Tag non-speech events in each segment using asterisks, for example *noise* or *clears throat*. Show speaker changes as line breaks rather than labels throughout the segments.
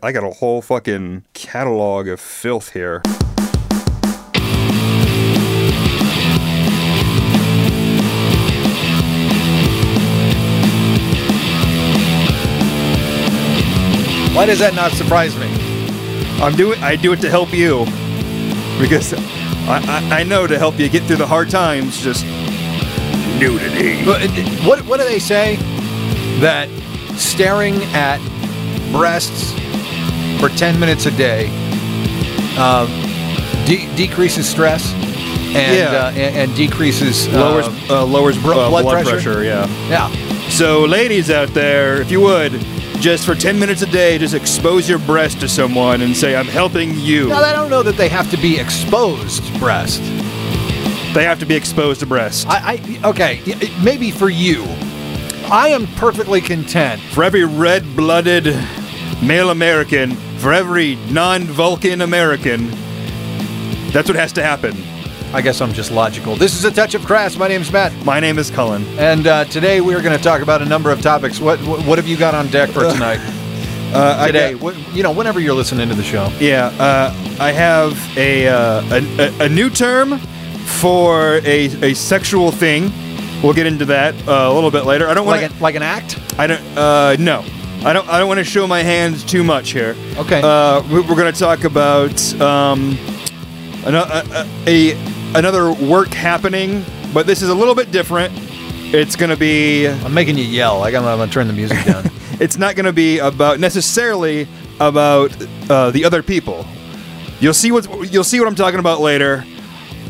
I got a whole fucking catalog of filth here.
Why does that not surprise me?
I'm doing. I do it to help you, because I, I, I know to help you get through the hard times. Just nudity.
But it- it- What what do they say? That staring at breasts for ten minutes a day uh, de- decreases stress and
Yeah.
uh, and, and decreases uh,
Lowers uh, lowers
bro-
uh,
blood
pressure.
pressure?
Yeah.
Yeah,
So ladies out there, if you would, just for 10 minutes a day, just expose your breast to someone and say, "I'm helping you."
now I don't know that they have to be exposed breast.
They have to be exposed to breast.
I, I okay, y- y- maybe for you. I am perfectly content.
For every red blooded male American, for every non Vulcan American, that's what has to happen.
I guess I'm just logical. This is a touch of crass. My name's Matt.
My name is Cullen.
And uh, today we are going to talk about a number of topics. What what, what have you got on deck for tonight?
Uh,
today, what, you know, whenever you're listening to the show.
yeah, uh, I have a, uh, a, a, a new term for a, a sexual thing. We'll get into that uh, a little bit later. I don't want
Like an, like an act?
I don't. Uh, no, I don't. I don't want to show my hands too much here.
Okay.
Uh, we- we're going to talk about um, an, a, a, another work happening, but this is a little bit different. It's going to be.
I'm making you yell. I got, I'm going to turn the music down.
*laughs* It's not going to be about necessarily about uh, the other people. You'll see what you'll see what I'm talking about later.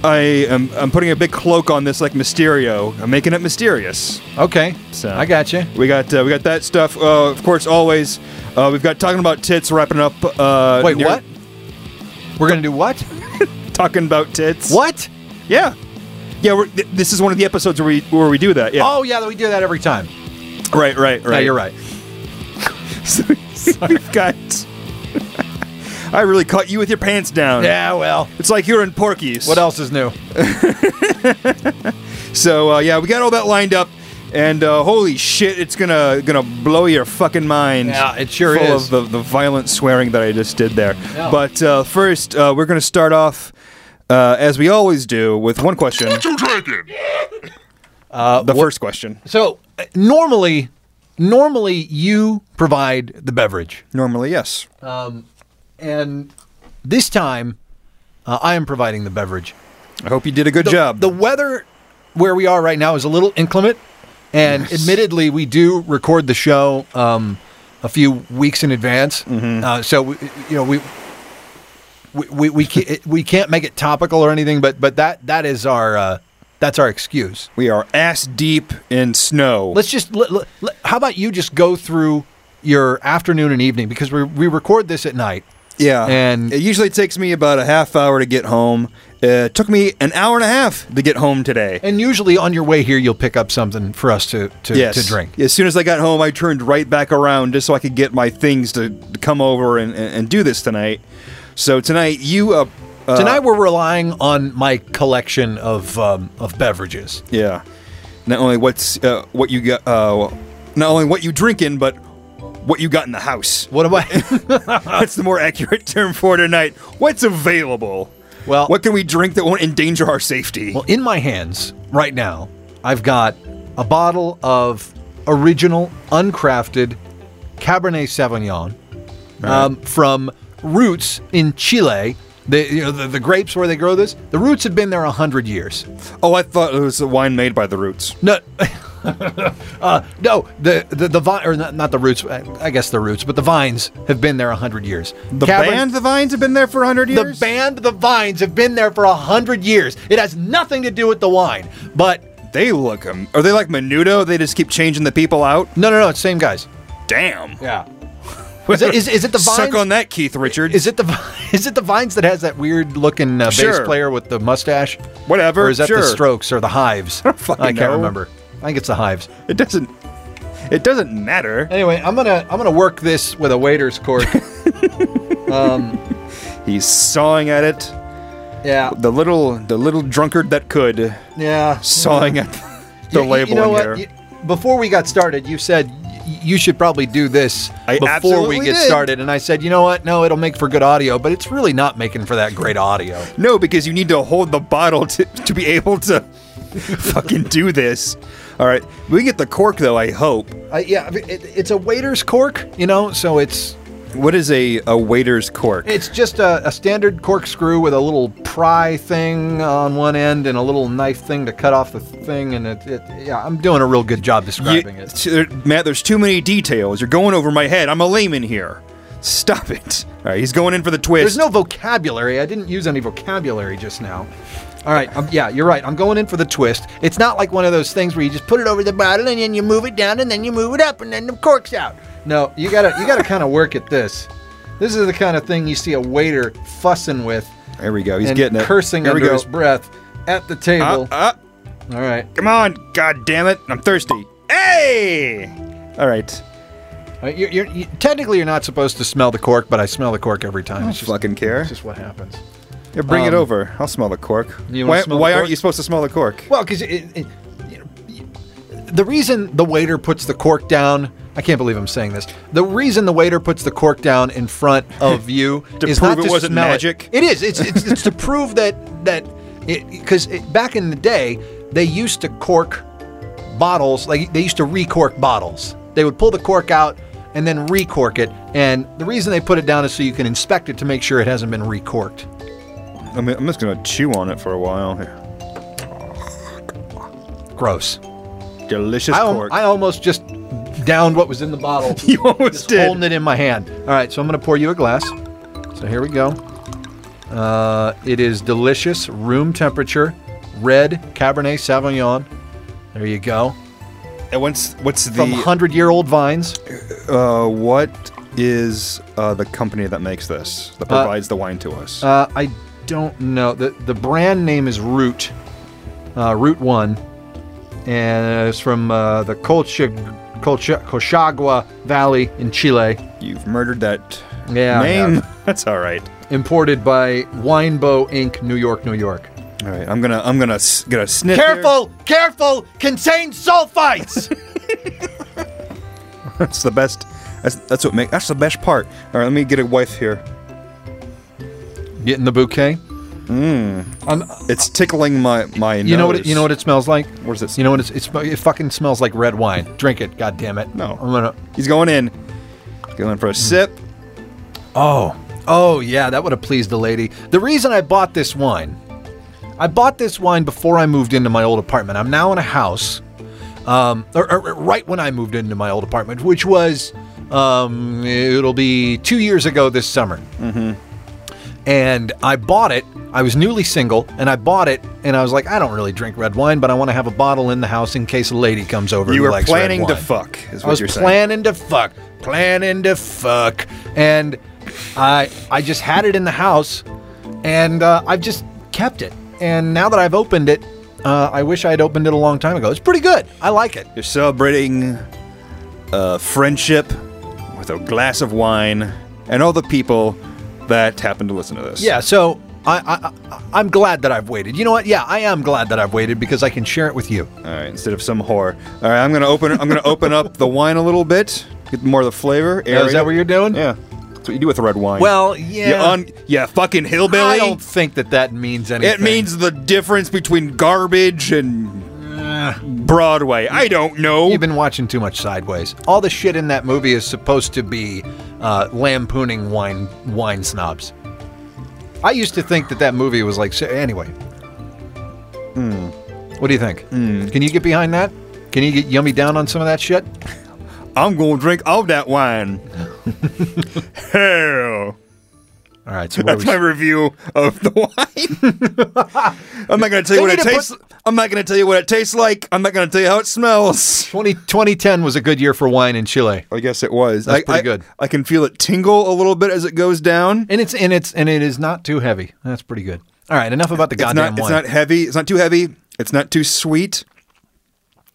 I am I'm putting a big cloak on this like Mysterio. I'm making it mysterious.
Okay.
So-
I got you.
We got uh, we got that stuff. Uh, of course, always. Uh, we've got talking about tits. Wrapping up. Uh,
Wait,
near-
what? We're going to do what?
Talking about tits.
What?
Yeah, yeah. We're, th- this is one of the episodes where we where we do that. Yeah.
Oh, yeah, we do that every time.
right, right, right.
Yeah, Oh. you're right.
So *laughs* we've got. *laughs* I really caught you with your pants down.
Yeah, well,
It's like you're in Porky's.
what else is new?
So uh, yeah, we got all that lined up, and uh, holy shit, it's gonna gonna blow your fucking mind.
Yeah, it sure
full
is.
of the, the violent swearing that I just did there.
Yeah.
But uh, first, uh, we're gonna start off uh, as we always do with one question. Uh, the first question,
So, uh, normally, normally you provide the beverage.
normally yes.
And this time, uh, I am providing the beverage.
I hope you did a good
the,
job.
The weather where we are right now is a little inclement, and admittedly, we do record the show um, a few weeks in advance. Uh, so we, you know we. We, we, we, can't, *laughs* we can't make it topical or anything, but but that that is our uh, that's our excuse.
we are ass deep in snow.
Let's just let, let- let- how about you just go through your afternoon and evening because we we record this at night.
yeah,
and-
it usually takes me about a half hour to get home. Uh, it took me an hour and a half to get home today.
And usually on your way here, you'll pick up something for us to to,
yes.
to drink.
As soon as I got home, I turned right back around just so I could get my things to to come over and, and, and do this tonight. So tonight, you uh, uh
Tonight we're relying on my collection of um, of beverages.
yeah, not only what's uh, what you got, uh, not only what you drinking, but what you got in the *laughs* house.
What am I? *laughs*
That's the more accurate term for tonight. What's available?
Well-
what can we drink that won't endanger our safety?
well, in my hands right now, I've got a bottle of original, uncrafted Cabernet Sauvignon um, from Roots in Chile. The, you know, the, the grapes where they grow this, the roots have been there a hundred years.
oh, I thought it was a wine made by the roots.
No, *laughs* uh, no, the the, the vine or not, not the roots. I I guess the roots, but the vines have been there a hundred years.
The
Cabernet-
band, the vines have been there for hundred
The
years.
band, the vines, have been there for a hundred years. It has nothing to do with the wine. But
They look, um, are they like Menudo? They just keep changing the people out.
no, no, no, it's same guys.
Damn.
Yeah. Is it, is, is it the
*laughs*
vines?
Suck on that, Keith Richards.
Is it the *laughs* is it the vines that has that weird looking uh,
Sure.
bass player with the mustache?
Whatever,
Or is that
sure.
the Strokes or
*laughs*
the Hives? I,
don't fucking
can't
know.
remember. I think it's the Hives.
it doesn't. It doesn't matter.
Anyway, I'm gonna I'm gonna work this with a
*laughs*
waiter's cork.
He's sawing at it.
yeah.
The little, the little drunkard that could
Yeah.
sawing at the
You-
labeling *laughs*
you know what?
here.
You- before we got started, you said you should probably do this
I
before we
absolutely
get
did.
started. And I said, you know what? No, it'll make for good audio, but it's really not making for that great audio.
No, because you need to hold the bottle to, to be able *laughs* to fucking do this. All right. We get the cork, though, I hope.
Uh, yeah, I mean, it, it's a waiter's cork, you know, so it's
What is a, a waiter's cork?
it's just a, a standard corkscrew with a little pry thing on one end and a little knife thing to cut off the thing. And it, it yeah, I'm doing a real good job
You-
describing it.
t- there- Matt, there's too many details. You're going over my head. I'm a layman here. Stop it. All right. He's going in for the twist.
There's no vocabulary. I didn't use any vocabulary just now. All right, um, yeah, you're right. I'm going in for the twist. It's not like one of those things where you just put it over the bottle and then you move it down and then you move it up and then the cork's out. No, you gotta you gotta kind of work at this. This is the kind of thing you see a waiter fussing with.
There we go. He's
and
getting it.
cursing
there we
under
go.
his breath at the
Uh,
table.
uh,
All right,
come on. God damn it. I'm thirsty. Hey. All right.
All right, Uh, you're, you're, you, technically you're not supposed to smell the cork, but I smell the cork every time. It's just,
Fucking care.
it's just what happens.
Here, bring it
um,
over. I'll smell the cork.
You wanna
why
smell the
why
cork?
aren't you supposed to smell the cork?
Well, because it, it, you know, the reason the waiter puts the cork down, I can't believe I'm saying this. The reason the waiter puts the cork down in front
*laughs*
of you
To
is
prove
not
it
to
wasn't
smell
magic?
It is. It's it's, it's to prove that that because back in the day they used to cork bottles like they used to recork bottles. They would pull the cork out and then recork it. And the reason they put it down is so you can inspect it to make sure it hasn't been recorked.
I mean, I'm just going to chew on it for a while here.
Gross.
Delicious
I, al-
cork.
I almost just downed what was in the bottle.
*laughs* you almost
just
did.
holding it in my hand. All right, so I'm gonna pour you a glass. So here we go. Uh, it is delicious, room temperature, red Cabernet Sauvignon. There you go.
And what's what's
From
the
hundred-year-old vines.
uh, what is uh, the company that makes this that provides the wine to us?
Uh, I don't know. the The brand name is Root, uh, Root One, and it's from uh, the Colchag- Colcha- Colchagua Valley in Chile.
You've murdered that
Yeah, I
name.
have.
*laughs* That's all right.
imported by Winebow Inc., New York, New York.
All right, I'm gonna I'm gonna s- gonna sniff. here.
Careful, careful, contains sulfites.
That's the best. That's, that's what make. That's the best part. All right, let me get a wife here.
*laughs* Getting the bouquet. Mm.
It's tickling my my
you know what? It, you know what it smells like.
What does it
You know what? It's, it's, it fucking smells like red wine. Drink it, god damn it.
No.
I'm gonna.
He's going in. Going for a sip.
Oh, oh yeah, that would have pleased the lady. The reason I bought this wine, I bought this wine before I moved into my old apartment. I'm now in a house, um, or, or- or right when I moved into my old apartment, which was, um, it'll be two years ago this summer. Mm-hmm. And I bought it. I was newly single, and I bought it, and I was like, I don't really drink red wine, but I want to have a bottle in the house in case a lady comes over.
You
who
were
likes red
planning to
wine.
fuck. Is
I
what
was
you're saying.
planning to fuck, planning to fuck, and I I just had it in the house, and uh, I've just kept it. And now that I've opened it, uh, I wish I had opened it a long time ago. It's pretty good. I like it.
You're celebrating uh, friendship with a glass of wine and all the people that happen to listen to this.
Yeah. So I, I- I I'm glad that I've waited. You know what? Yeah, I am glad that I've waited because I can share it with you.
All right. Instead of some whore. All right. I'm gonna open. I'm gonna open up the wine a little bit. Get more of the flavor.
Now, is
area.
that what you're doing?
Yeah. That's what you do with red wine.
Well,
You
yeah.
un- you fucking hillbilly.
I don't think that that means anything.
It means the difference between garbage and Broadway. I don't know.
You've been watching too much Sideways. All the shit in that movie is supposed to be uh, lampooning wine wine snobs. I used to think that that movie was like. Anyway,
Hmm.
what do you think? Can you get behind that? Can you get yummy down on some of that shit?
I'm going to drink all that
*laughs*
wine. Hell.
All right, so
*laughs*
where
That's
we,
my review of the *laughs* wine. I'm not going to tell you
They
what it
need to
tastes I'm not going to tell you what it tastes like. I'm not going to tell you how it smells.
20, 2010 was a good year for wine in Chile,
I guess it was.
That's
I,
pretty
I-
good.
I can feel it tingle a little bit as it goes down.
and it's and it's and it is not too heavy. That's pretty good. All right, enough about the
It's
goddamn
not, it's
wine.
not heavy. It's not too heavy. It's not too sweet.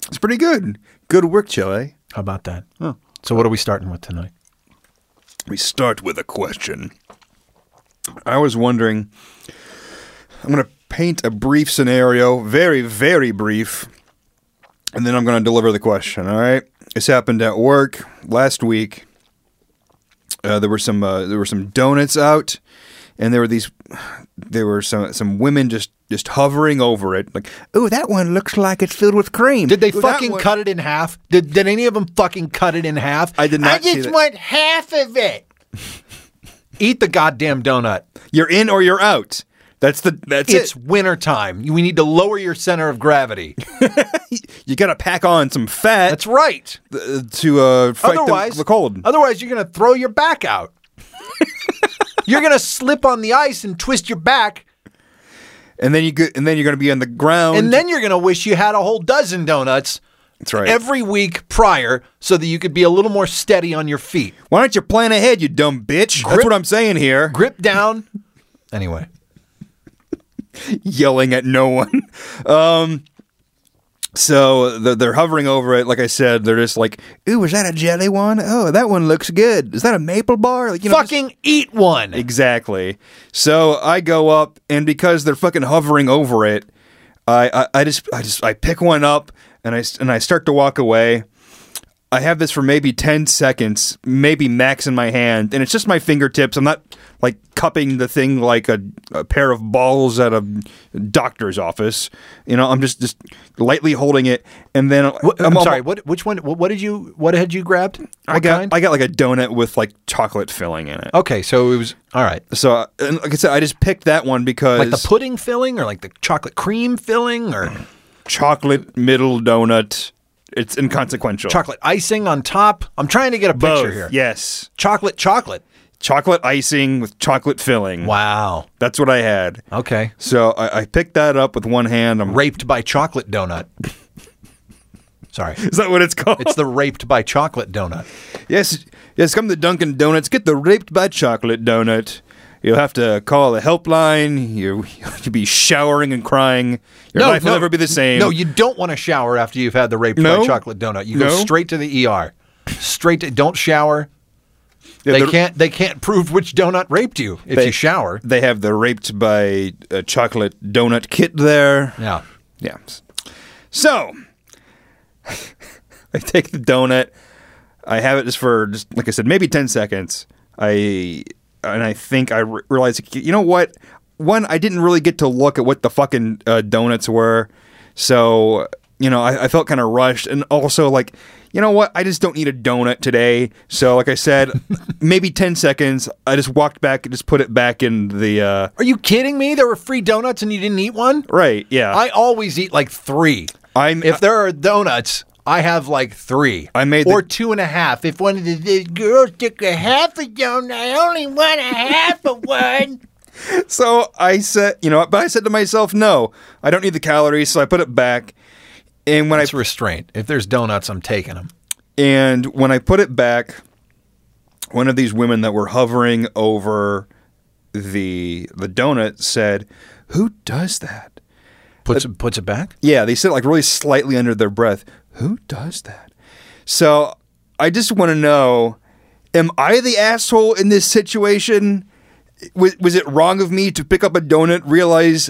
It's pretty good. Good work, Chile.
How about that? So what are we starting with tonight?
We start with a question. I was wondering, I'm going to paint a brief scenario, very, very brief, and then I'm going to deliver the question, all right? This happened at work last week. Uh, there were some uh, there were some donuts out, and there were these there were some some women just just hovering over it, like, "Oh, that one looks like it's filled with cream."
Did they
"Ooh, that
fucking
one-"
cut it in half? Did, did any of them fucking cut it in half?
I did not
I
see
just
that.
want half of
*laughs*
it. Eat the goddamn donut.
You're in or you're out. That's the that's
It's
it.
winter time. We need to lower your center of
*laughs*
gravity.
You got to pack on some fat
That's right.
uh, to uh, fight the-
otherwise,
the, cold.
Otherwise, you're going to throw your
*laughs*
back out. you're going to slip on the ice and twist your back,
and then you go, and then you're going to be on the ground.
and then you're going to wish you had a whole dozen donuts
that's right.
every week prior so that you could be a little more steady on your feet.
Why don't you plan ahead, you dumb bitch? that's
Grip-
what I'm saying here. *laughs*
Grip down. *laughs* Anyway.
yelling at no one. *laughs* Um, so they're, they're hovering over it. Like I said, they're just like, "Ooh, is that a jelly one? Oh, that one looks good. Is that a maple bar? Like, you know, just-
fucking eat one.
exactly." So I go up, and because they're fucking hovering over it, I, I, I just I just I pick one up, and I s- and I start to walk away. I have this for maybe 10 seconds, maybe max in my hand, and it's just my fingertips. I'm not like cupping the thing like a, a pair of balls at a doctor's office. You know, I'm just just lightly holding it and then
What, uh, I'm,
almo-
sorry. What? Which one? What, what did you? What had you grabbed?
I
What
got
kind? Oh.
I got like a donut with like chocolate filling in it.
okay, so it was all right.
So I- and like I said, I just picked that one because
Like the pudding filling, or like the chocolate cream filling, or
chocolate middle donut. It's inconsequential.
chocolate icing on top. I'm trying to get a
Both.
picture here.
Yes.
Chocolate, chocolate.
Chocolate icing with chocolate filling.
Wow.
That's what I had.
Okay.
So I, I picked that up with one hand. I'm
Raped by chocolate donut. sorry.
*laughs* Is that what it's called?
It's the raped by chocolate donut.
yes, yes. Come to Dunkin' Donuts. Get the raped by chocolate donut. You'll have to call the helpline. You *laughs* you'll be showering and crying. Your life will never be the same.
No, you don't want to shower after you've had the raped
No.
by chocolate donut. You
No.
go straight to the ER. Straight to don't shower.
Yeah,
they
the-
can't. They can't prove which donut raped you if
They-
you shower.
They have the raped by uh, chocolate donut kit there.
Yeah.
Yeah. So *laughs* I take the donut. I have it just for just like I said, maybe ten seconds. I and I think I re- realized you know what? One, I didn't really get to look at what the fucking uh, donuts were, so you know I, I felt kind of rushed, and also like you know what? I just don't need a donut today. So like I
*laughs*
said, maybe ten seconds. I just walked back and just put it back in the uh,
Are you kidding me? There were free donuts and you didn't eat one.
right. Yeah,
I always eat like three.
I'm-
if there are donuts, I have like three.
Um, I made the-
or two and a half. If one of the, the girls took a half a donut, I only want a half of one.
So I said, you know, but I said to myself, no, I don't need the calories, so I put it back. And when *laughs* I
It's restraint. If there's donuts, I'm taking them.
and when I put it back, one of these women that were hovering over the the donut said, "Who does that?" Uh,
Puts it, puts it back.
Yeah, they said it like really slightly under their breath, "Who does that?" So I just want to know, am I the asshole in this situation? Was, was it wrong of me to pick up a donut, realize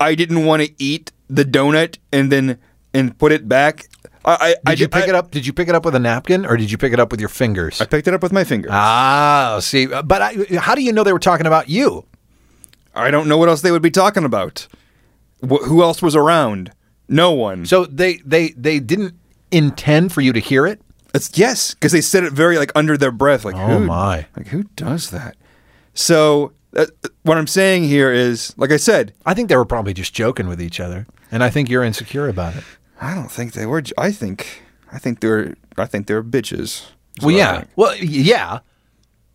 I didn't want to eat the donut, and then and put it back? I, I,
Did you pick it up? Did you pick it up with a napkin or did you pick it up with your fingers?
I picked it up with my finger.
ah, see, but I, how do you know they were talking about you?
I don't know what else they would be talking about. Wh- who else was around? No one.
So they they they didn't intend for you to hear it.
It's, yes, because they said it very like under their breath, like
Oh,
who,
my.
like who does that? So uh, what I'm saying here is, like I said,
I think they were probably just joking with each other, and I think you're insecure about it.
I don't think they were. j- I think, I think they were. I think they were bitches. is
well,
what I
yeah,
think.
well, y- yeah,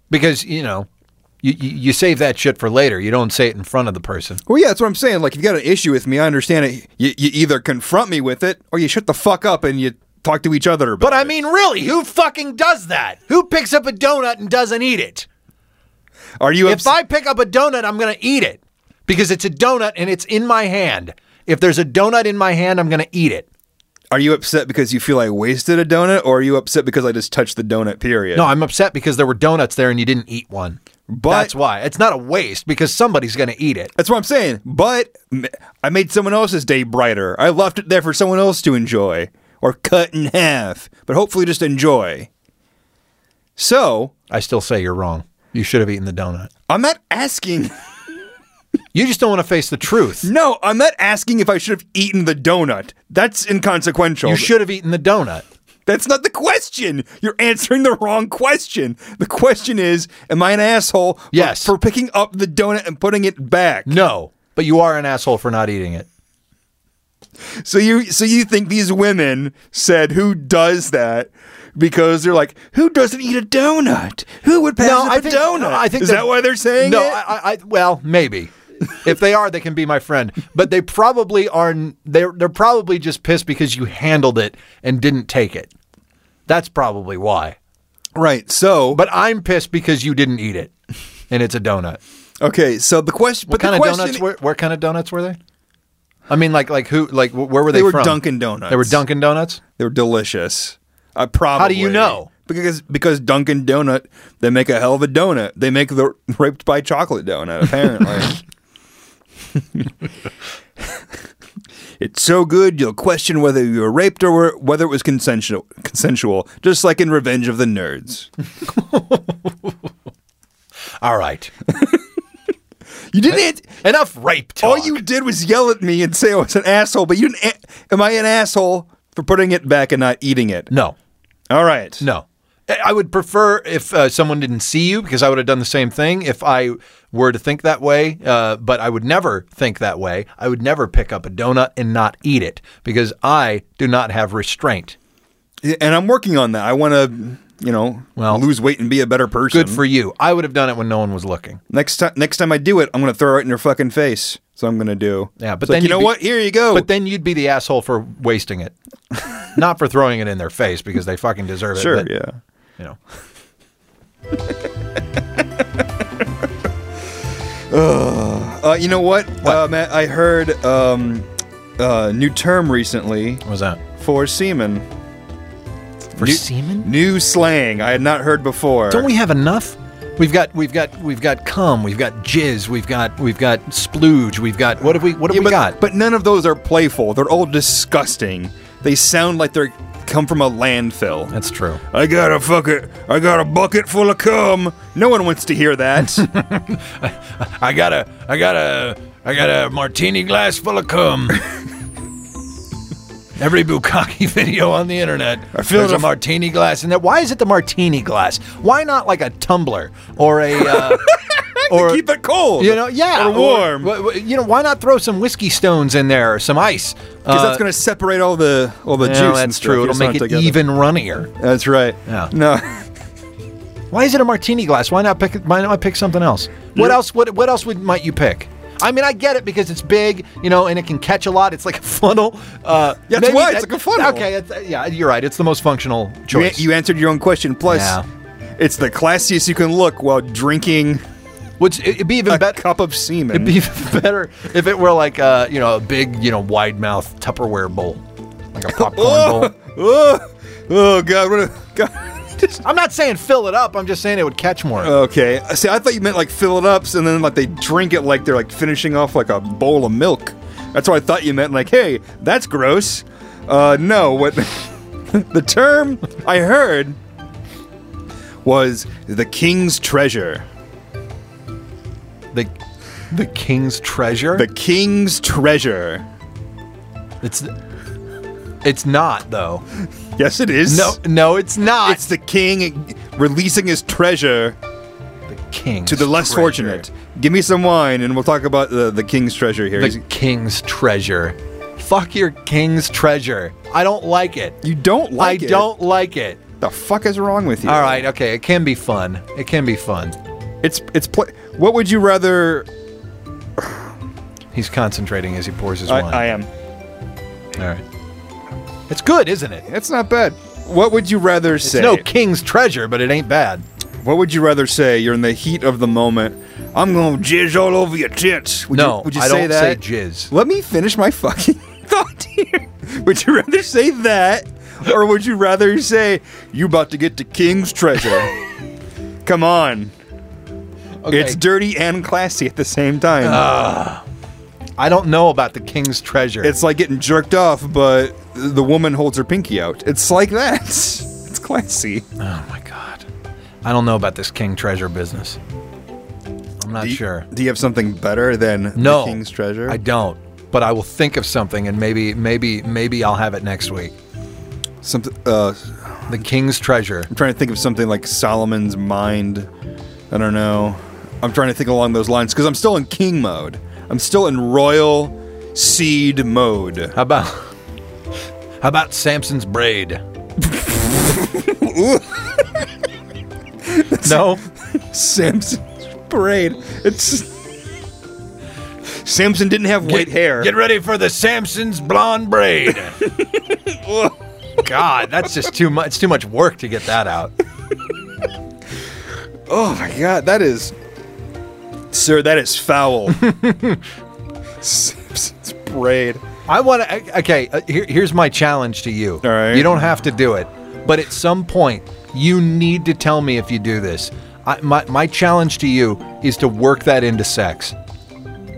because you know, you, you you save that shit for later. You don't say it in front of the person.
Well, yeah, that's what I'm saying. Like, if you got an issue with me, I understand it. You, you either confront me with it, or you shut the fuck up and you talk to each other about
But I
it.
mean, really, who fucking does that? Who picks up a donut and doesn't eat it?
are you?
If
ups-
I pick up a donut, I'm going to eat it because it's a donut and it's in my hand. If there's a donut in my hand, I'm going to eat it.
are you upset because you feel I wasted a donut, or are you upset because I just touched the donut? Period.
No, I'm upset because there were donuts there and you didn't eat one.
But-
That's why. It's not a waste because somebody's going to eat it.
That's what I'm saying. But m- I made someone else's day brighter. I left it there for someone else to enjoy. or cut in half, but hopefully just enjoy. So,
I still say you're wrong. You should have eaten the donut.
I'm not asking. *laughs*
You just don't want to face the truth.
No, I'm not asking if I should have eaten the donut. That's inconsequential.
You should have eaten the donut.
That's not the question. You're answering the wrong question. The question is, am I an asshole for-
Yes.
for, picking up the donut and putting it back?
No, but you are an asshole for not eating it.
So you so you think these women said who does that because they're like, who doesn't eat a donut? Who would pass up a donut?
I think
is
they-
that why they're saying
no?
it?
I, I, I well, maybe. if they are, they can be my friend. But they probably are. n- They're they're probably just pissed because you handled it and didn't take it. That's probably why.
right. So,
But I'm pissed because you didn't eat it, and it's a donut.
okay. So the question,
What
but
kind
the
of
question,
donuts? Were, what kind of donuts were they? I mean, like like who? Like wh- where were they?
They were
from?
Dunkin' Donuts.
They were Dunkin' Donuts.
They were delicious. I probably.
you know?
Because because Dunkin' Donut, they make a hell of a donut. They make the raped by chocolate donut. Apparently, *laughs* it's so good you'll question whether you were raped or were- whether it was consensual. Consensual, just like in Revenge of the Nerds. *laughs*
All right.
You didn't.
Enough rape talk.
all you did was yell at me and say I was an asshole. But you didn't. a- Am I an asshole for putting it back and not eating it?
No,
All right.
no. I I would prefer if uh, someone didn't see you because I would have done the same thing if I were to think that way. Uh, but I would never think that way. I would never pick up a donut and not eat it because I do not have restraint.
and I'm working on that. I want to, you know,
Well,
lose weight and be a better person.
Good for you. I would have done it when no one was looking.
next time. Next time I do it, I'm gonna throw it in your fucking face. So I'm gonna do.
Yeah, but
It's like,
then
you
you'd
know
be-
what? Here you go.
But then you'd be the asshole for wasting it, *laughs* not for throwing it in their face because they fucking deserve it.
sure,
but,
yeah.
You know.
Uh, you know what, Uh, Matt? I heard um, uh, new term recently
What was that
for semen.
for
New-
semen?
New slang I had not heard before.
Don't we have enough? We've got we've got we've got cum, we've got jizz, we've got we've got splooge, we've got what have we what have
Yeah,
we
but,
got?
but none of those are playful. They're all disgusting. They sound like they come from a landfill.
That's true.
I got a fucking, I got a bucket full of cum. No one wants to hear *laughs* that.
I got a I got a I got a martini glass full of
*laughs*
cum. Every bukkake *laughs* video on the internet, I
feel
there's
the
a
f-
martini glass in there. Why is it the martini glass? Why not like a tumbler or
*laughs*
a uh, or
keep it cold.
you know yeah
or warm.
wh- wh- you know why not throw some whiskey stones in there or some ice?
because
Uh,
that's going to separate all the all the
yeah,
juice. and
that's
stuff.
true.
You
It'll
just
make
want
it
together.
even runnier.
That's right.
Yeah. *laughs*
No.
Why is it a martini glass? Why not pick? Why not pick something else? What else? What what else would might you pick? I mean, I get it because it's big, you know, and it can catch a lot. It's like a *laughs* funnel. Uh,
Yeah, that's
maybe
why it's like a funnel.
Okay, it's, yeah, you're right. It's the most functional
You,
choice.
you answered your own question. Plus,
Yeah.
it's the classiest you can look while drinking
Which it'd be even
a
better.
cup of semen.
It'd *laughs* be better if it were like uh, you know a big you know wide mouth Tupperware bowl, like
*laughs*
a popcorn
oh,
bowl.
oh, oh, God! What a, God. Just- Uh,
I'm not saying fill it up. I'm just saying it would catch more.
okay. See, I thought you meant like fill it up, and then like they drink it like they're like finishing off like a bowl of milk. That's what I thought you meant. Like, hey, that's gross. Uh, no, what *laughs* the term I heard was the king's treasure.
the the king's treasure.
The king's treasure.
it's it's not though.
Yes, it is. *laughs*
No, no, it's not.
it's the king releasing his treasure
the king
to the less fortunate. Give me some wine, and we'll talk about the, the king's treasure here.
The
He's-
king's treasure. Fuck your king's treasure. I don't like it.
you don't like
I
it.
don't like it.
The fuck is wrong with you?
All right, okay. It can be fun. It can be fun.
It's it's. Pl- what would you rather?
He's concentrating as he pours his
I,
wine.
I am.
All right. It's good, isn't it?
That's not bad. What would you rather
It's
say?
no king's treasure, but it ain't bad.
What would you rather say? You're in the heat of the moment. I'm gonna jizz all over your tits. Would
no,
You, would you
I
say
don't
that?
say jizz.
Let me finish my fucking *laughs* thought here. Would you rather say that, or would you rather say you about to get the king's treasure?
*laughs*
Come on,
Okay.
it's dirty and classy at the same time.
I don't know about the king's treasure.
It's like getting jerked off, but the woman holds her pinky out. It's like that. *laughs* It's classy.
oh my god, I don't know about this king treasure business. I'm not
Do you-
sure.
Do you have something better than
No,
the king's treasure?
I don't. But I will think of something, and maybe, maybe, maybe I'll have it next week.
Something. Uh,
The king's treasure.
I'm trying to think of something like Solomon's mind. I don't know. I'm trying to think along those lines because I'm still in king mode. I'm still in royal seed mode. *laughs*
How about *laughs* how about
*laughs*
Samson's braid? no,
Samson's braid. It's. *laughs* Samson didn't have white hair.
Get ready for the Samson's
*laughs*
blonde braid. God, that's just too much. It's too much work to get that out.
Oh my god, that is. Sir, that is
*laughs*
foul. Samson's braid.
I want to. Okay, uh, here, here's my challenge to you.
All right.
You don't have to do it, but at some point, you need to tell me if you do this. I, my, my challenge to you is to work that into sex.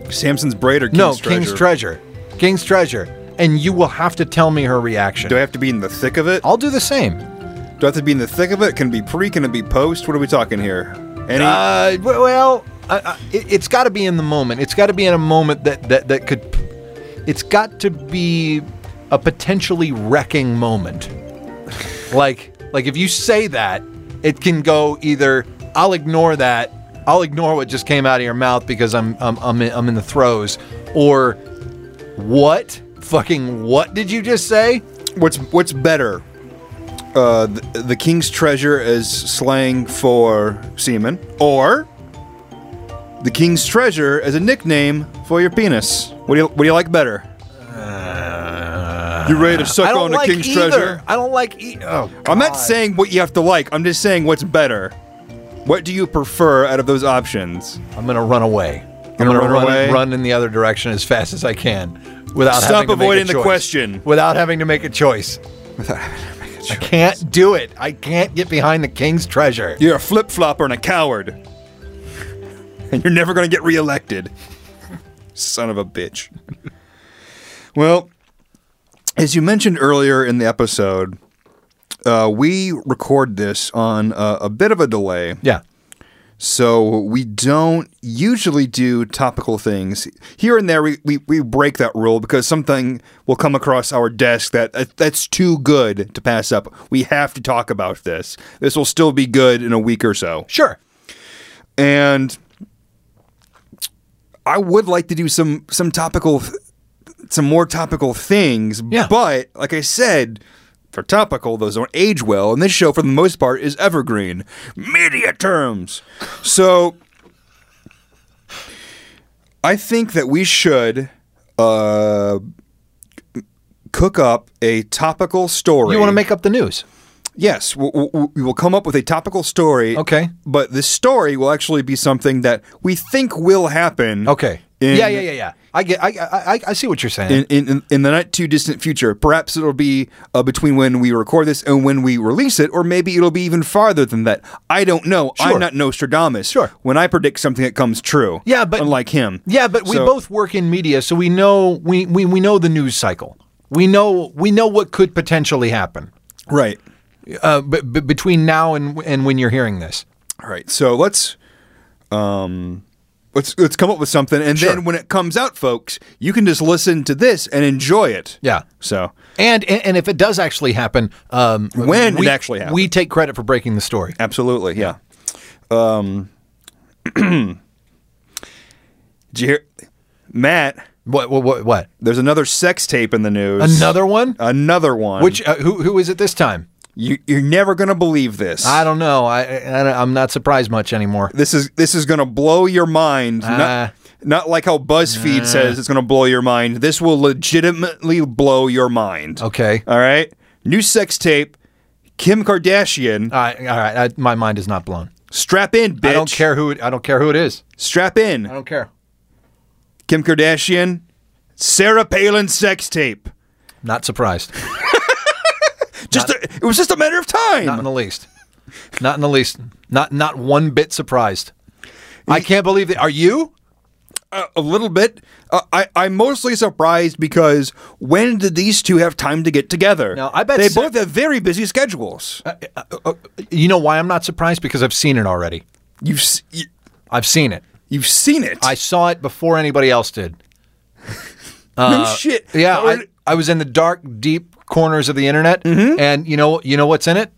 Samson's braid or King's
no,
treasure?
King's treasure. King's treasure. And you will have to tell me her reaction.
Do I have to be in the thick of it?
I'll do the same.
Do I have to be in the thick of it? Can it be pre? Can it be post? What are we talking here? Any?
Uh, w- well, I, I, it, it's got to be in the moment. It's got to be in a moment that that that could. It's got to be a potentially wrecking moment. Like like if you say that, it can go either I'll ignore that, I'll ignore what just came out of your mouth because I'm I'm I'm in, I'm in the throes, or what fucking what did you just say?
what's what's better? Uh, the, the king's treasure is slang for semen, or the king's treasure as a nickname for your penis. What do you what do you like better? you ready to
Uh, I
suck
don't
on the
like
king's
either.
treasure?
I don't like. E- oh,
I'm
God.
not saying what you have to like. I'm just saying what's better. What do you prefer out of those options?
I'm gonna run away. I'm
Gonna
gonna
run
run,
away?
run in the other direction as fast as I can, without
Stop
having to make a
avoiding the
choice.
question.
Without having to make a choice. I can't do it. I can't get behind the king's treasure.
You're a flip flopper and a coward. And you're never going to get reelected. Son of a bitch. well, as you mentioned earlier in the episode, uh, we record this on uh, a bit of a delay.
Yeah.
So we don't usually do topical things. Here and there, we, we, we break that rule because something will come across our desk that uh, that's too good to pass up. We have to talk about this. This will still be good in a week or so.
Sure.
And I would like to do some some topical, some more topical things.
Yeah.
But like I said. For topical, those don't age well, and this show, for the most part, is evergreen. Media terms. So I think that we should uh, cook up a topical story.
You want to make up the news?
Yes, we- we we will come up with a topical story.
Okay.
But this story will actually be something that we think will happen.
Okay.
In-
yeah, yeah, yeah, yeah. I get. I, I, I- I see what you're saying.
In, in, in- in the not too distant future, perhaps it'll be uh, between when we record this and when we release it, or maybe it'll be even farther than that. I don't know. I'm
Sure.
not Nostradamus.
Sure.
When I predict something, it comes true.
Yeah, but-
unlike him.
yeah, but we
So-
both work in media, so we know we, we, we know the news cycle. We know we know what could potentially happen
right.
uh, b- b- between now and and when you're hearing this.
All right. So let's um let's let's come up with something and
Sure.
then when it comes out folks, you can just listen to this and enjoy it.
Yeah.
So
And, and and if it does actually happen, um,
When it
we,
actually happens.
we take credit for breaking the story.
absolutely, yeah. Um *clears throat* Did you hear Matt,
What what what? what?
there's another sex tape in the news.
Another one?
another one.
Which uh, who who is it this time?
you you're never going to believe this.
I don't know. I, I am not surprised much anymore.
this is this is going to blow your mind.
Uh.
not, not like how
Ah.
BuzzFeed says it's going to blow your mind. This will legitimately blow your mind.
Okay.
All right. New sex tape. Kim Kardashian.
All right. All right. I, my mind is not blown.
Strap in, bitch.
I don't care who it, I don't care who it is.
Strap
I
in.
don't care.
Kim Kardashian. Sarah Palin sex tape.
Not
*laughs*
surprised.
Just a, it was just a matter of time.
Not in the least. Not in the least. Not not one bit surprised. I can't believe it. Are you?
a, a little bit. Uh, I I'm mostly surprised because when did these two have time to get together?
No, I bet Uh,
they
Sa-
both have very busy schedules.
You know why I'm not surprised? Because I've seen it already.
you've s- you,
I've seen it.
you've seen it.
I saw it before anybody else did.
no shit.
uh, Yeah,
How
I,
did-
I was in the dark, deep corners of the internet,
Mm-hmm.
and you know, you know what's in it?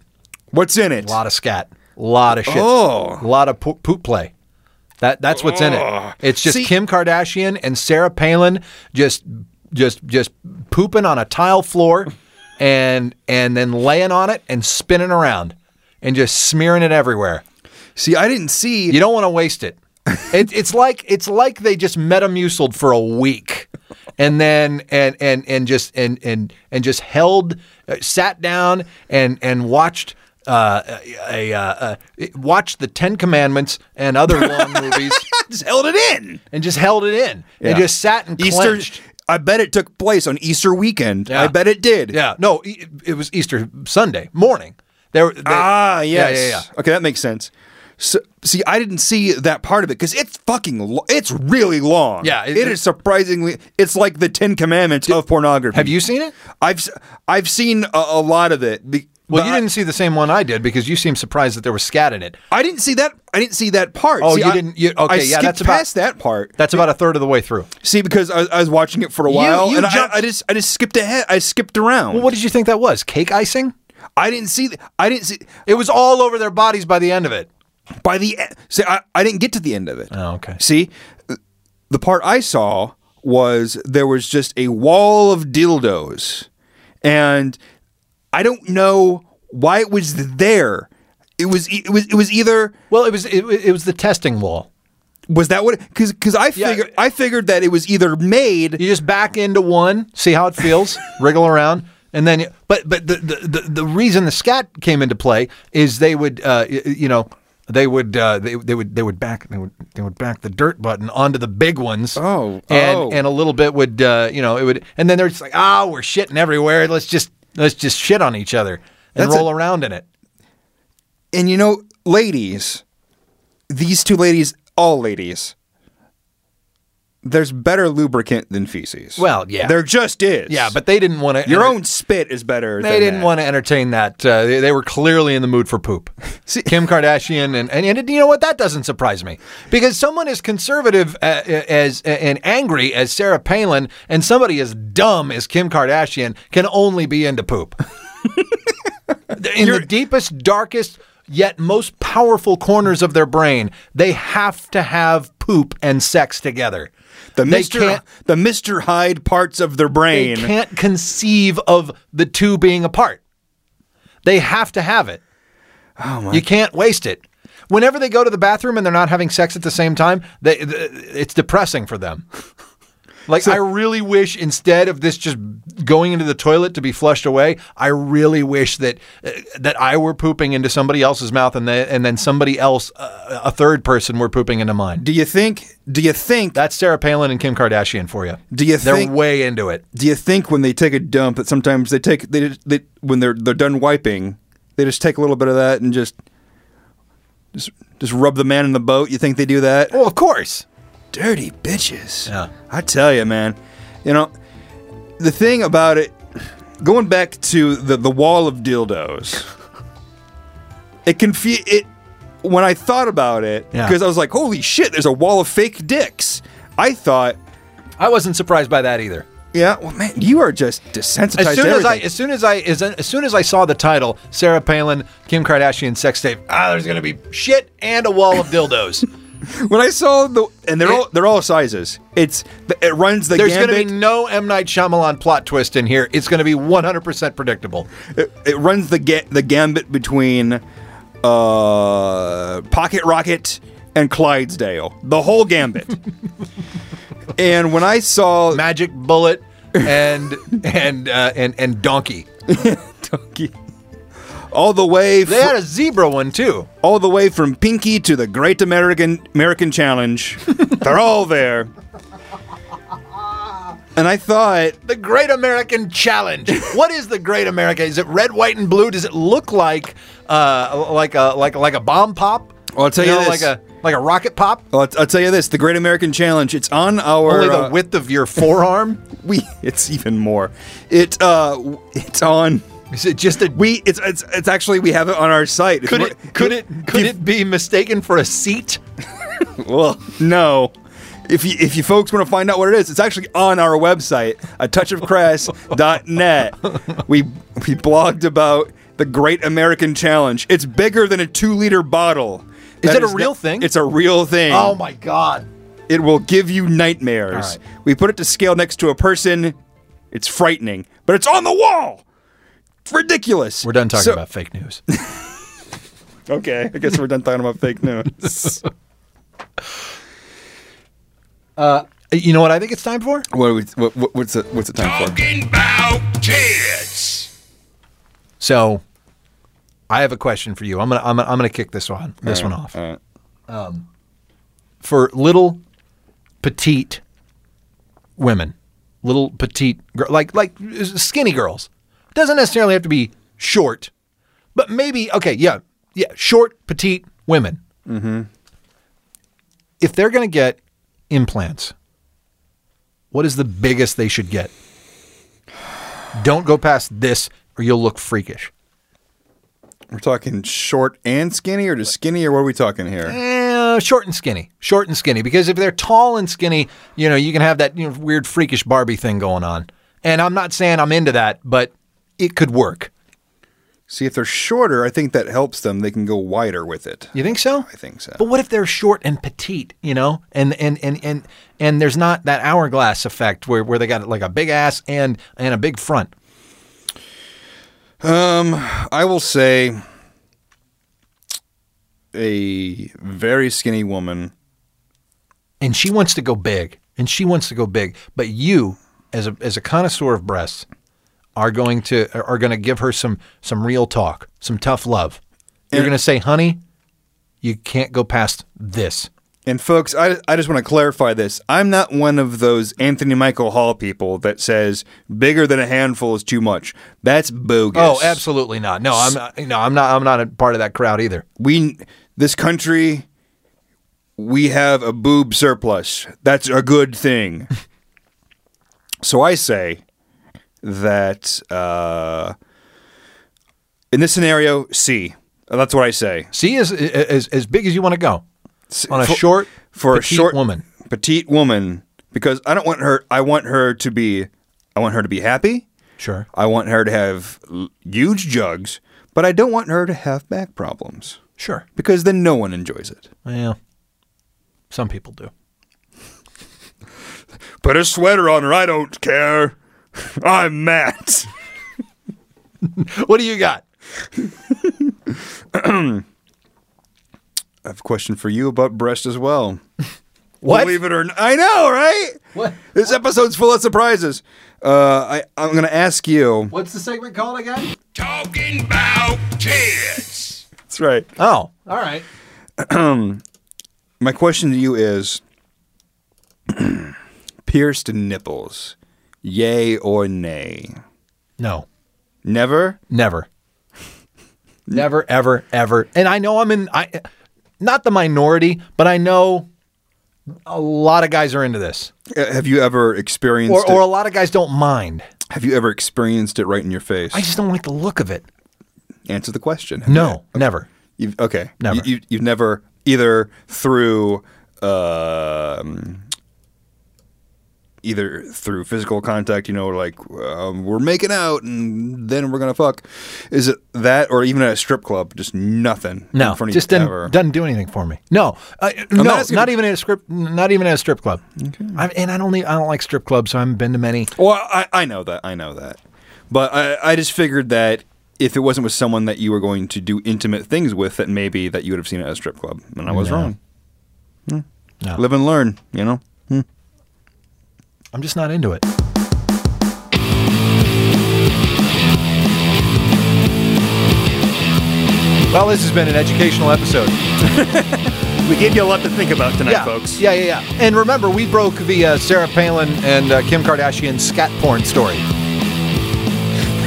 what's in it?
A lot of scat, a lot of shit,
Oh.
a lot of po- poop play. That that's what's in it. It's just
See-
Kim Kardashian and Sarah Palin just just just pooping on a tile floor, and and then laying on it and spinning around, and just smearing it everywhere.
See, I didn't see. *laughs*
You don't want to waste it. it. It's like it's like they just metamuciled for a week, and then and and and just and and and just held, uh, sat down and and watched uh, a, a, uh uh watched the Ten Commandments and
*laughs*
other long movies,
just held it in.
and just held it in
Yeah.
and just sat and
Easter.
clenched.
I bet it took place on Easter weekend.
Yeah.
I bet it did.
Yeah, no, it, it was Easter Sunday morning. There, there-
Ah,
yeah,
yes.
yeah, yeah.
Okay, that makes sense. So, see, I didn't see that part of it because it's fucking. Lo- it's really long.
Yeah,
it
it-
is surprisingly. It's like the Ten Commandments of pornography.
Have you seen it?
I've s- I've seen a, a lot of it. be-
Well,
but
you didn't see the same one I did because you seemed surprised that there was scat in it.
I, I didn't see that. I didn't see that part.
Oh,
See,
you
I-
didn't- you-
I
okay, yeah,
skipped
that's about-
past that part.
That's about a third of the way through.
See, because I, I was watching it for a while,
you
and I-
jumped-
I, just I just skipped ahead. I skipped around.
Well, what did you think that was? Cake icing?
I didn't see. th- I didn't see.
It was all over their bodies by the end of it.
by the e- see, I, I didn't get to the end of it.
Oh, okay.
See, the part I saw was there was just a wall of dildos, and I don't know why it was there. It was e- it was it was either
Well, it was it, it was the testing wall.
was that what because because I figured I figured that it was either made
You just back into one, see how
*laughs*
it feels, wriggle around, and then. But but the the, the, the reason the scat came into play is they would uh, y- you know they would uh, they, they would they would back they would they would back the dirt button onto the big ones.
Oh,
and
oh.
and a little bit would uh, you know it would and then they're just like ah we're shitting everywhere. Let's just let's just shit on each other and
That's a-
roll around in it.
and you know ladies, these two ladies, all ladies. There's better lubricant than feces.
Well, yeah.
there just is.
Yeah, but they didn't want to.
your own spit is better.
They
than
didn't
that.
want to entertain that. Uh, they, they were clearly in the mood for poop. *laughs* Kim Kardashian and, and and you know what? That doesn't surprise me because someone as conservative uh, as and angry as Sarah Palin and somebody as dumb as Kim Kardashian can only be into poop. *laughs* in the deepest, darkest, yet most powerful corners of their brain, they have to have poop and sex together.
The
They
Mister
can't-
the Mister Hyde parts of their
they
brain.
can't conceive of the two being apart. They have to have it. You can't waste it. Whenever they go to the bathroom and they're not having sex at the same time, they, th- it's depressing for them. *laughs* Like I really wish instead of this just going into the toilet to be flushed away, I really wish that uh, that I were pooping into somebody else's mouth and then and then somebody else, uh, a third person, were pooping into mine.
Do you think? Do you think?
That's Sarah Palin and Kim Kardashian for you.
Do you
They're
think-
way into it.
Do you think when they take a dump that sometimes they take they, they when they're they're done wiping, they just take a little bit of that and just just just rub the man in the boat. You think they do that?
Well, of course.
dirty bitches.
Yeah.
I tell you, man. You know, the thing about it, going back to the, the wall of
*laughs*
dildos, it confu- it when I thought about it
Yeah.
because I was like, holy shit, there's a wall of fake dicks. I thought,
I wasn't surprised by that either.
yeah, well, man, you are just desensitized.
As soon
to
as I,
everything.
as soon as I, as, as soon as I saw the title, Sarah Palin, Kim Kardashian, sex tape. Ah, there's gonna be shit and a wall of
*laughs*
dildos.
when I saw the and they're
It-
all they're all sizes. It's it runs the
there's gonna
gambit.
be no M Night Shyamalan plot twist in here. It's gonna be 100% predictable.
it, it runs the ga- the gambit between uh, Pocket Rocket and Clydesdale, the whole
*laughs*
gambit. and when I saw
Magic bullet
*laughs*
and and uh, and and donkey.
Donkey all the way,
They
fr-
had a zebra one too.
all the way from Pinky to the Great American American
*laughs*
Challenge, they're all there. And I thought,
The Great American Challenge. What is the Great American? Is it red, white, and blue? Does it look like uh, like a like like a bomb pop?
I'll tell you
know,
this.
like a like a rocket pop.
Well, I'll, I'll tell you this: the Great American Challenge. It's on our.
Only the
uh,
width of your forearm.
we. *laughs* It's even more. It. Uh. w- It's on.
*laughs* Is it just a?
We. It's. It's. It's actually. We have it on our site. It's
*laughs* could
wor-
it could it could it be mistaken for a seat?
Well, no. If you, if you folks want to find out what it is, it's actually on our website, a touchofcrass.net. We we blogged about the Great American Challenge. It's bigger than a two liter bottle.
Is it a
ne-
real thing?
It's a real thing.
Oh my god!
It will give you nightmares.
All right.
We put it to scale next to a person. It's frightening, but it's on the wall. It's ridiculous.
We're done talking
So-
about fake news. *laughs*
*laughs* Okay, I guess we're done talking about fake
*laughs*
news.
you know what I think it's time for?
what, are we, what, what- what's it? What's it time for?
Talking about kids.
So, I have a question for you. I'm gonna I'm gonna, I'm gonna kick this one this one off
All right.
for little petite women, little petite gir- like like skinny girls. Doesn't necessarily have to be short, but maybe okay, yeah, yeah, short petite women. Mm-hmm. If they're gonna get implants, what is the biggest they should get? Don't go past this, or you'll look freakish.
We're talking short and skinny, or just skinny, or what are we talking here?
Eh, short and skinny, short and skinny. Because if they're tall and skinny, you know, you can have that you know, weird freakish Barbie thing going on. And I'm not saying I'm into that, but it could work.
See, if they're shorter, I think that helps them. They can go wider with it.
You think so?
I think so.
But what if they're short and petite, you know, and and and and and there's not that hourglass effect where, where they got like a big ass and and a big front.
I will say a very skinny woman.
and she wants to go big and she wants to go big but you as a as a connoisseur of breasts are going to are going to give her some some real talk some tough love you're
And-
going to say honey you can't go past this
And folks, I, I just want to clarify this. I'm not one of those Anthony Michael Hall people that says bigger than a handful is too much. That's bogus.
oh absolutely not no i'm not, no i'm not i'm not a part of that crowd either
we this country we have a boob surplus that's a good
*laughs*
thing so i say that uh in this scenario c that's what i say
see as as as big as you want to go
S-
on a
for-
short
for a
petite
short
woman
petite woman because i don't want her i want her to be i want her to be happy
sure
i want her to have l- huge jugs but i don't want her to have back problems
sure
because then no one enjoys it
yeah some people do
Put a sweater on her. I don't care. *laughs* I'm Matt.
what do you got
I have a question for you about breast as well.
what
Believe it or not, I know, right?
What?
This episode's full of surprises. Uh, I, I'm going to ask you.
what's the segment called again
Talking about kids.
That's right.
oh all right
My question to you is: *clears throat* pierced nipples, yay or nay?
no
Never. *laughs*
Never. Never, ever, ever. And I know I'm in I not the minority, but I know a lot of guys are into this.
Uh, Have you ever experienced?
Or or a
it?
lot of guys don't mind.
Have you ever experienced it right in your face?
I just don't like the look of it.
Answer the question. Have you-
No, never.
You've, okay.
Never.
You, you, you've never either through um, either through physical contact, you know, like um, we're making out and then we're gonna fuck. Is it that or even at a strip club? Just nothing.
No,
in front of
just
you
doesn't,
ever.
doesn't do anything for me. No, uh, no,
not
not,
asking-
even at a strip, not even at a strip club. i and I don't, e- I don't like strip clubs, so I haven't been to many.
Well, I, I know that. I know that. But I, I just figured that if it wasn't with someone that you were going to do intimate things with, that maybe that you would have seen it at a strip club. And I was
No.
wrong. Hmm.
No.
Live and learn, you know?
I'm just not into it. Well, this has been an educational episode.
We gave you a lot to think about tonight,
yeah. Yeah, yeah, yeah. And remember, we broke the uh, Sarah Palin and uh, Kim Kardashian scat porn story.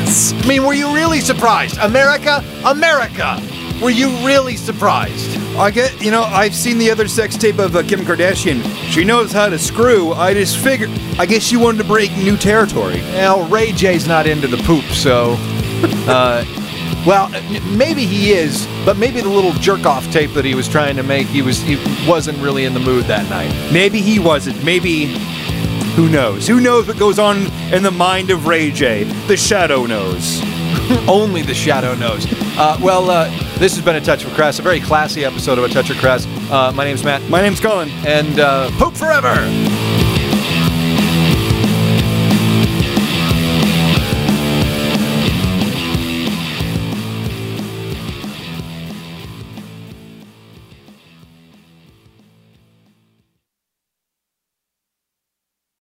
I mean, were you really surprised? America, America. Were you really surprised?
I get, you know, I've seen the other sex tape of uh, Kim Kardashian. She knows how to screw. I just figured, I guess she wanted to break new territory.
Well, Ray J's not into the poop, so. Uh, well, n- maybe he is, but maybe the little jerk off tape that he was trying to make, he was he wasn't really in the mood that night.
Maybe he wasn't. Maybe, who knows? Who knows what goes on in the mind of Ray J? The shadow knows.
Only the shadow knows. Uh, well, uh, this has been a touch of crass, a very classy episode of a touch of crass. Uh, my name's Matt,
My name's Colin.
and uh, poop forever.